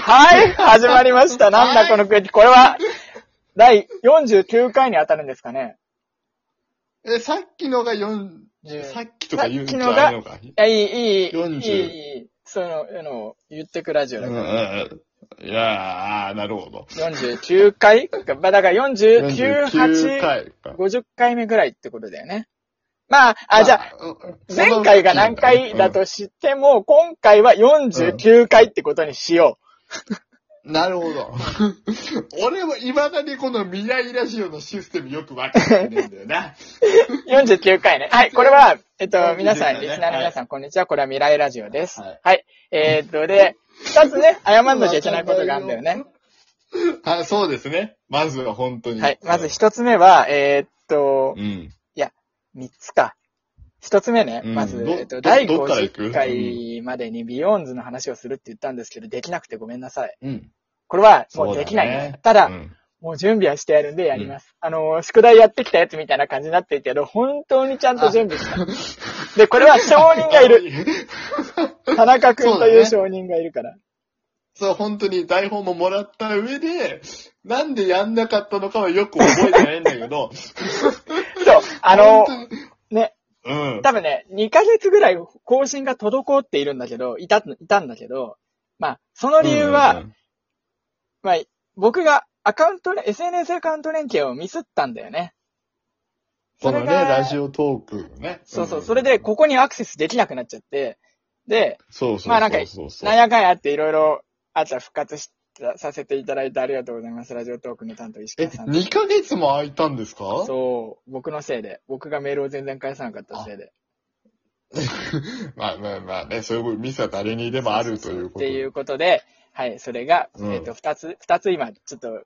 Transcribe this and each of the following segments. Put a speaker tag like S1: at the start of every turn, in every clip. S1: はい、始まりました。なんだこの空気。これは、第49回に当たるんですかね。
S2: え、さっきのが4、
S1: 10
S2: さっきとか言うんじゃ
S1: さっきのが
S2: ないのか。
S1: いや、いい、いい、い
S2: 40
S1: い、いい。その、あの、言ってくラジオ
S2: うん
S1: だ
S2: う
S1: か
S2: んう
S1: ら。
S2: んいやー、なるほど。
S1: 49回まあだから49、
S2: 49
S1: 8、
S2: 回か。
S1: 50回目ぐらいってことだよね。まあ、
S2: ま
S1: あ、じゃあ、、
S2: うん
S1: 前回が何回だ、としても、今回は49回ってことにしよ
S2: うんなるほど。 俺は未だにこの未来ラジオのシステムよくわかってないんだよな。
S1: う。49回ね。はい、これは、えっと、皆さん、
S2: 49
S1: リ
S2: ね
S1: スナーの皆さん、こんにちは。これは未来ラジオです
S2: はい。
S1: はい。えーっと、で、二つね、謝んなきゃいけないことがあるんだよね。
S2: あ、そうですね。まずは本当に。
S1: はい。まず一つ目は、えーっと
S2: う、ん。
S1: 三つか。一つ目ね、
S2: うん
S1: まず、
S2: ど
S1: えっと、
S2: ど
S1: 第
S2: どっから行く
S1: 50回までにビヨーンズの話をするって言ったんですけど、できなくてごめんなさい。
S2: うん。
S1: これは、
S2: そ
S1: も
S2: う
S1: う
S2: だね
S1: できないです。ただ、
S2: うん
S1: もう準備はしてやるんでやります。あのー、宿題やってきたやつみたいな感じになってるけど、本当にちゃんと準備した。 で、これは証人がいる。 田中くんという証人がいるから。
S2: そう、本当に台本ももらった上で、なんでやんなかったのかはよく覚えてないんだけど、
S1: そう、あのー、
S2: 本当に
S1: ね、
S2: うん。
S1: 多分ね、2ヶ月ぐらい更新が滞っているんだけど、いた、いたんだけど、まあ、その理由は、
S2: うんうん
S1: まあ、僕がアカウントれ、SNS アカウント連携をミスったんだよね。
S2: この
S1: そ
S2: ね、
S1: れが
S2: ラジオトークね。
S1: そうそう。
S2: ん
S1: それで、、ここにアクセスできなくなっちゃって、で、
S2: そうそうそうそう。
S1: まあなんか
S2: そうそう
S1: なんやかんやあっていろいろ、あじゃあ復活しさせていただいてありがとうございます。ラジオトークの担当石
S2: え、
S1: 川さん。
S2: 2ヶ月も空いたんですか
S1: そう、僕のせいで。僕がメールを全然返さなかったせいで。
S2: まあまあまあね、そういうミスは誰にでもあるということ
S1: ってい
S2: で。
S1: うことで、はい、それが、
S2: うん
S1: えっ、と、二つ、二つ今、ちょっと、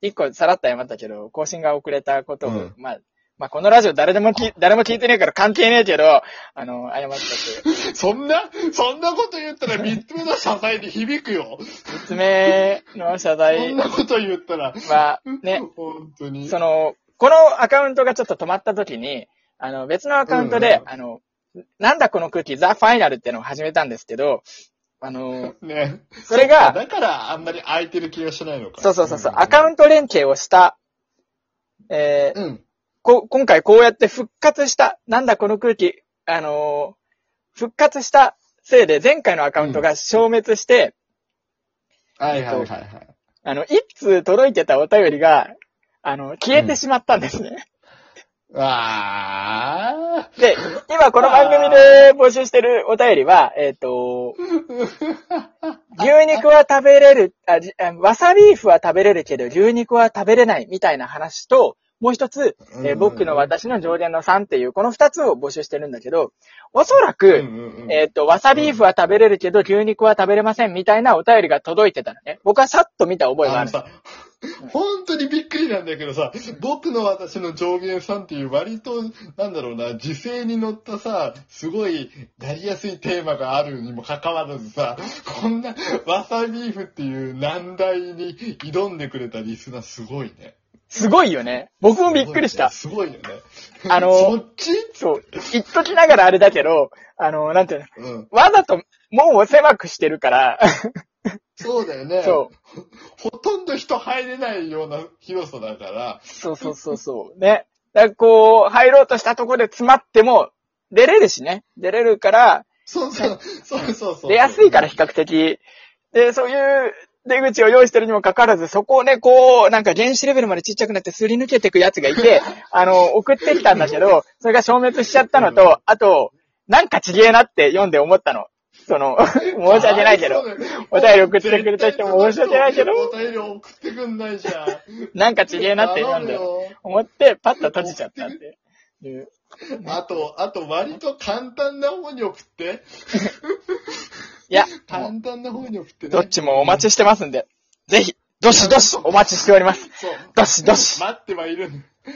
S1: 一個さらっと謝ったけど、更新が遅れたことを、
S2: うん
S1: まあ、まあ、このラジオ誰でもき、誰も聞いてねえから関係ねえけど、あの、謝ったって。
S2: そんな、そんなこと言ったら3つ目の謝罪に響くよ。
S1: 三つ目の謝
S2: そん
S1: 罪
S2: なこと言ったら、
S1: は、ね、
S2: 本当に。
S1: その、このアカウントがちょっと止まった時に、あの、別のアカウントで、
S2: うん
S1: あの、なんだこの空気、ザ・ファイナルってのを始めたんですけど、あの、
S2: ね。
S1: そ れが、
S2: あだからあんまり空いてる気がしないのか。
S1: そうそうそうそう、アカウント連携をした、えー
S2: うん。うん。
S1: こ、今回こうやって復活した、なんだこの空気、あのー復活したせいで前回のアカウントが消滅して、
S2: はいはいはいはい。
S1: あの、一通届いてたお便りが、あの、消えてしまったんですね。
S2: ああ。
S1: で、今この番組で募集してるお便りは、えっ、 と、牛肉は食べれる、あ、じあわさビーフは食べれるけど、牛肉は食べれないみたいな話と、もう一つ、えー僕の私の上限の3っていう、この二つを募集してるんだけど、おそら
S2: うん
S1: く、
S2: うんうん
S1: えっ、と、わさビーフは食べれるけど、牛肉は食べれませんみたいなお便りが届いてたのね。僕はさっと見た覚えがあ
S2: あの
S1: る。
S2: さ、本当にびっくりなんだけどさ、僕の私の上限さんっていう割と、なんだろうな、時勢に乗ったさ、すごい、なりやすいテーマがあるにもかかわらずさ、こんな、わさビーフっていう難題に挑んでくれたリスナーすごいね。
S1: すごいよね。僕もびっくりした。
S2: すごいね。すごいよね。
S1: あの
S2: そっち
S1: そう。言っときながらあれだけど、あの、なんていうの、
S2: うん。
S1: わざと門を狭くしてるから、
S2: そうだよね。
S1: そう。
S2: ほとんど人入れないような広さだから、
S1: そうそうそうそう。ね。だからこう、入ろうとしたところで詰まっても、出れるしね。出れるから、
S2: そうそう、そうそうそうそう。
S1: 出やすいから比較的。で、そういう出口を用意してるにもかかわらず、そこをね、こう、なんか原子レベルまでちっちゃくなってすり抜けていくやつがい て、あの、送ってきたんだけど、それが消滅しちゃったのと、あと、なんかちげえなって読んで思ったの。そ の、申し訳ないけ ど。お便り送ってくれた人も申し訳ないけど
S2: お便り送ってくんないじゃん。
S1: なんかちげえなって読んで
S2: 頼、むよ
S1: 思って、パッと閉じちゃったっていう。
S2: あと、あと割と簡単な方に送って。
S1: いや、もう
S2: 簡単な方に送ってね。
S1: どっちもお待ちしてますんで、ぜひ、どしどしお待ちしております。
S2: そう。
S1: どしどし、
S2: 待ってはいる。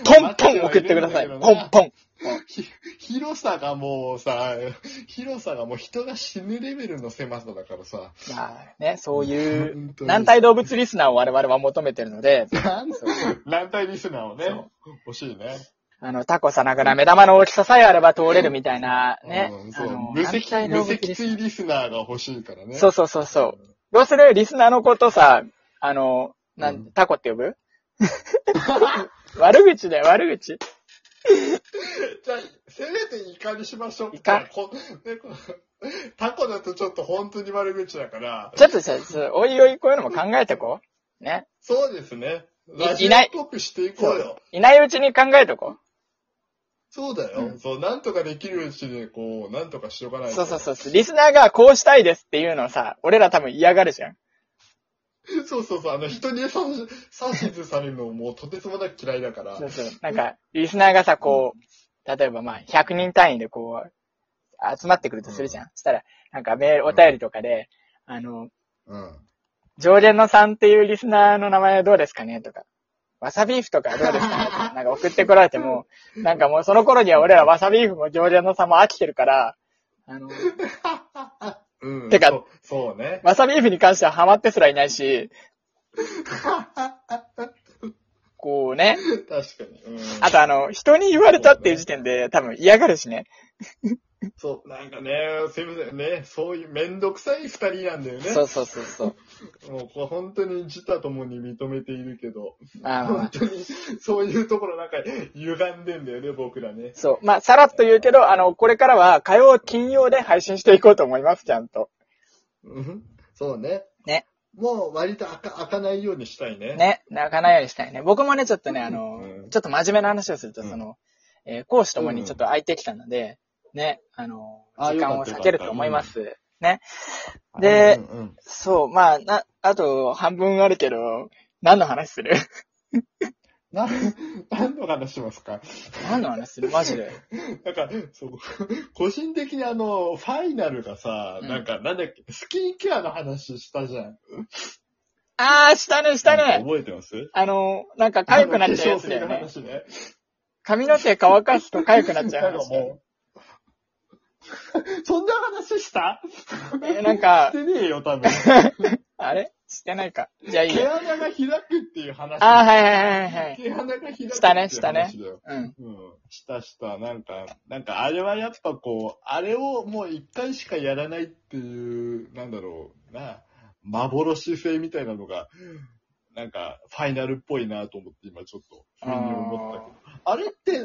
S1: ポンポン送ってください。ポンポン。
S2: ひ広さがもうさ、広さがもう人が死ぬレベルの狭さだからさ。
S1: まあね、そういう、
S2: 本当に
S1: 軟体動物リスナーを我々は求めてるので、
S2: なん 軟体リスナーをね
S1: そう、
S2: 欲しいね。
S1: あの、タコさながら目玉の大きささえあれば通れるみたいな、ね
S2: う。ん
S1: あ
S2: そう
S1: の
S2: 無脊、
S1: 軟体
S2: 無
S1: 動物リ
S2: 脊
S1: スナ
S2: 椎リスナーが欲しいから
S1: ー
S2: ね。
S1: そうそうそうそう。どうするリスナーのことさ、あの、な
S2: うん
S1: ん、タコって呼ぶ悪口だよ、悪口。
S2: じゃあ、せめてイカにしましょう。
S1: イカ
S2: こねこタコだとちょっと本当に悪口だから、
S1: ちょっとさ、そうおいおいこういうのも考えてこう。ね。
S2: そうですね。
S1: い
S2: ラジオ
S1: いない
S2: っぽくしていこうよ。
S1: いないうちに考えとこ
S2: そうだよ、
S1: うん
S2: そう、なんとかできるうちに、こう、なんとかしとかな
S1: う。
S2: い
S1: そ
S2: と。
S1: うそうそうそう。リスナーがこうしたいですっていうのをさ、俺ら多分嫌がるじゃん。
S2: そうそうそう、あの、人に指図指図されるのもうとてつもなく嫌いだから
S1: そ。うそう。なんか、リスナーがさ、こう、例えばまあ、100人単位でこう、集まってくるとするじゃん。そしたら、なんかメール、お便りとかで、あの、
S2: うん。
S1: 常連のさんっていうリスナーの名前はどうですかねとか、わさビーフとかはどうですかねとか、なんか送ってこられても、なんかもうその頃には俺らわさビーフも常連のさんも飽きてるから、あの、
S2: うん。
S1: てか
S2: そう、そうね。
S1: わさビーフに関してはハマってすらいないし、こうね、
S2: 確かに。うん。
S1: あとあの、人に言われたっていう時点で多分嫌がるしね。
S2: そう、なんかね、すいませんね、そういうめんどくさい二人なんだよね。
S1: そうそうそうそう。
S2: もうこれ本当に自他ともに認めているけど、
S1: まあまあ
S2: 本当にそういうところなんか歪んでんだよね、僕らね。
S1: そう。まあ、さらっと言うけど、あの、これからは火曜、金曜で配信していこうと思います、ちゃんと。
S2: うんそうね。
S1: ね。
S2: もう割と開か開かないようにしたいね。。
S1: ね、泣かないようにしたいね。僕もね、ちょっとね、あの、
S2: うん
S1: ちょっと真面目な話をすると、
S2: うん
S1: その、えー講師ともにちょっと空いてきたので、ね、あの、
S2: あ
S1: 時間
S2: よか
S1: を
S2: った
S1: 避けると思います。ね。
S2: うん
S1: で
S2: うん
S1: そう、まあ、な、あと半分あるけど、何の話する
S2: な、何の話しますか
S1: 何の話するマジで。
S2: なんか、そう、個人的にあの、ファイナルがさ、
S1: うん
S2: なんか、なんだっけ、スキンケアの話したじゃん。
S1: あー、したね、したね。
S2: 覚えてます
S1: あの、なんか痒くなっちゃうやつだ
S2: あの
S1: よ
S2: 化
S1: ね
S2: 粧。水の話ね。
S1: 髪の毛乾かすと痒くなっちゃう
S2: なん
S1: 話
S2: かもう そんな話した
S1: えーなんか
S2: し、てねえよ、多分。
S1: あれしてないか。じゃあいい
S2: 毛
S1: よ。
S2: 穴が開くっていう話。
S1: あー、はいはいはいはい。
S2: 毛穴が開くっていう話だよ。
S1: したねしたねうん。
S2: うん。したした。なんか、なんかあれはやっぱこう、あれをもう一回しかやらないっていう、なんだろうな、幻性みたいなのが、なんか、ファイナルっぽいなと思って今ちょっと、不意に思ったけど。あれって流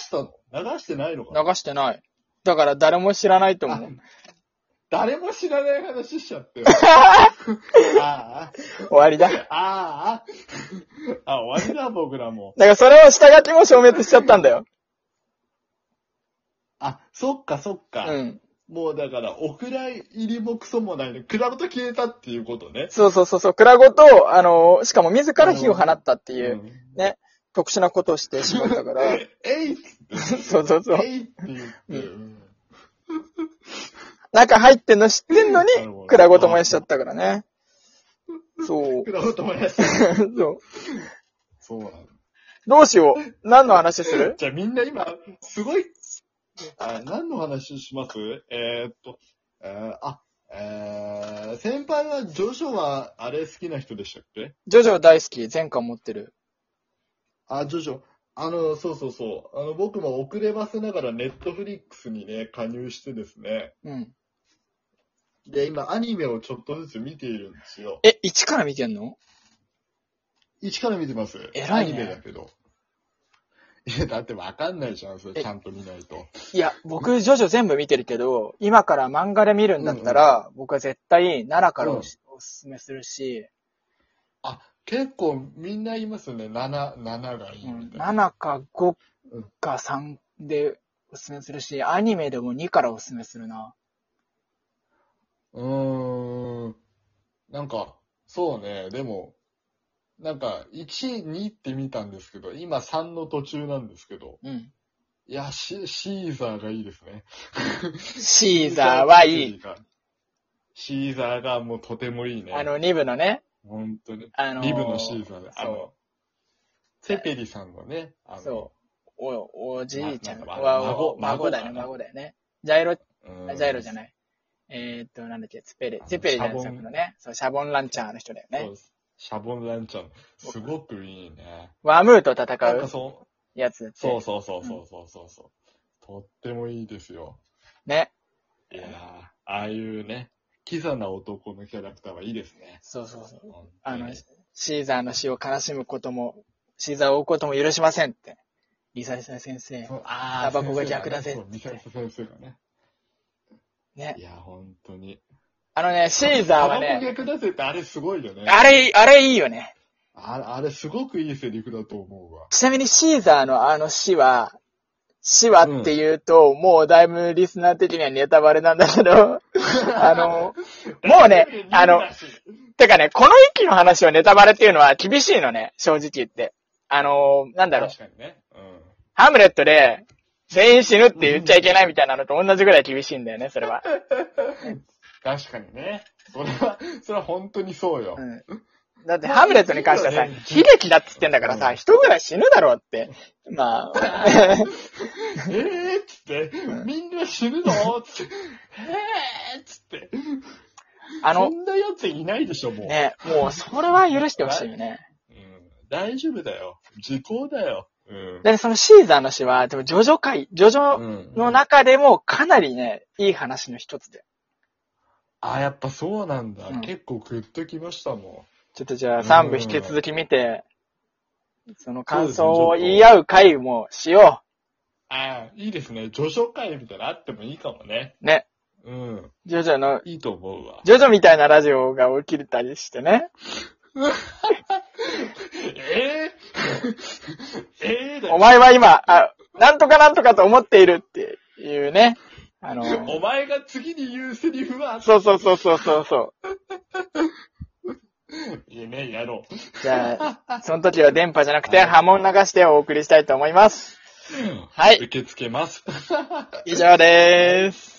S2: したの流してないのかな
S1: 流してない。だから誰も知らないと思
S2: あ
S1: う。
S2: 誰も知らない話しち ゃったよ。あ
S1: 終わりだ。だ
S2: あ、ああ、あ、終わりだ、僕らも。
S1: からそれを下書きも消滅しちゃったんだよ。
S2: あ、そっかそっ
S1: う
S2: か。
S1: ん。
S2: もうだから、お蔵入りもクソもないの。クラブと消えたっていうことね。
S1: そうそうそうそう。蔵ごと、あの、しかも自ら火を放ったっていう、
S2: ん
S1: ね、特殊なことをしてしまったから。
S2: えいっ
S1: そうそうそう
S2: え。いって言って。うん
S1: 中入ってんの知ってんのに
S2: なるほど、
S1: 蔵ごと燃やしちゃったからね。そう。
S2: クラブともやした。
S1: そう。
S2: そうなの。
S1: どうしよう。何の話する
S2: じゃあみんな今、すごい、あ何の話しますえー、っと、えー、あ、えー、先輩は、ジョジョは、あれ好きな人でしたっけ
S1: ジョジョ大好き。全巻持ってる。
S2: あ、ジョジョ。あの、そうそうそう。あの、僕も遅ればせながらネットフリックスにね、加入してですね。
S1: うん。
S2: で、今、アニメをちょっとずつ見ているんですよ。
S1: え、1から見てんの
S2: 一から見てます。
S1: 偉いね
S2: アニメだけど。いや、だってわかんないじゃん、それ、
S1: え
S2: ちゃんと見ないと。
S1: いや、僕、ジョジョ全部見てるけど、今から漫画で見るんだったら、僕は絶対、奈良からおしおすすめするし、
S2: あ、結構みんな言いますよね。7、7がいいみたいな。
S1: 7か5か3でおすすめするし、アニメでも2からおすすめするな。
S2: うーん。なんか、そうね、でも、なんか、1、2って見たんですけど、今3の途中なんですけど、
S1: うん。
S2: いや、シシーザーがいいですね。
S1: シーザーはいい。
S2: シーザーが。シーザーがもうとてもいいね。
S1: あの、2部のね、
S2: 本当に。
S1: あのー
S2: リブのシーザーで。あの
S1: そ、
S2: セペリさんのね、あ
S1: う。
S2: の、
S1: そう。お、おじいちゃん
S2: まま
S1: は、
S2: 孫
S1: お孫だよね、
S2: 孫
S1: 孫だよね。ジャイロ、ジ
S2: うん
S1: ャイロじゃない。えーっと、なんだっけ、ツペレ、ツペレじゃない
S2: シャボン
S1: のね。そう、シャボンランチャーの人だよ
S2: そう
S1: ね。
S2: ですシャボンランちゃん。すごくいいね。
S1: ワムーと戦
S2: なんか
S1: う
S2: そう、
S1: やつ。
S2: そうそうそうそうそうそうそう。とってもいいですよ。
S1: ね。
S2: いやーああいうね、キザな男のキャラクターはいいですね。
S1: そうそうそう。
S2: うん
S1: あ
S2: う
S1: の
S2: ん、
S1: シーザーの死を悲しむことも、シーザーを追うことも許しませんって。リサリサ先生。
S2: あ
S1: タバコが逆だぜ
S2: そうリサリサ先生がね。
S1: ね
S2: い。や、本当に。
S1: あのね、シーザー
S2: タバ
S1: は
S2: コ
S1: ね、
S2: 逆だぜってあれすごいよね。
S1: あれ、あれいいよね。
S2: あれ、あれすごくいいセリフだと思うわ。
S1: ちなみにシーザーのあの死は、死はって言うと、もうだいぶリスナー的にはネタバレなんだけ ど、あの、もうね、あの、てかね、この一期の話をネタバレっていうのは厳しいのね、正直言って。あの、なんだろう、
S2: 確かにね。うん。
S1: ハムレットで、全員死ぬって言っちゃいけないみたいなのと同じぐらい厳しいんだよね、それは。
S2: 確かにね。それは、それは本当にそうよ。
S1: うん。だって、ハムレットに関してはさ、
S2: いいよね
S1: 悲劇だっつってんだからさ、
S2: うん
S1: 人ぐらい死ぬだろうって。まあ、
S2: ええーっつって、みんな死ぬのつって、えーっつって。
S1: あ
S2: そ
S1: の、
S2: んなやついないでしょ、もう。
S1: ね、もう、それは許してほしいよね。
S2: うん、大丈夫だよ。時効だよ。うん。
S1: だってそのシーザーの死は、でも、ジョジョ界、ジョジョ
S2: うん
S1: の中でもかなりね、いい話の一つで。
S2: あ、やっぱそうなんだ。
S1: うん
S2: 結構グッときましたも
S1: ちょっとじゃあ、
S2: うん
S1: 3部引き続き見て、その感想を言い合う回もしよ
S2: ん。ああ、いいですね。序章会みたいなのあってもいいかもね。
S1: う。ね。
S2: うん。
S1: ジョジョの、
S2: いいと思うわ。
S1: ジョジョみたいなラジオが起きたりしてね。
S2: ええ ええだ
S1: お
S2: よ。
S1: 前は今、あ、なんとかなんとかと思っているっていうね。あの、
S2: お前が次に言うセリフは、
S1: そうそうそうそうそうそう。
S2: いいね、やろう。
S1: じゃあ、その時は電波じゃなくて波紋流してお送りしたいと思います。はい、
S2: 受け付けます。
S1: 以上でーす。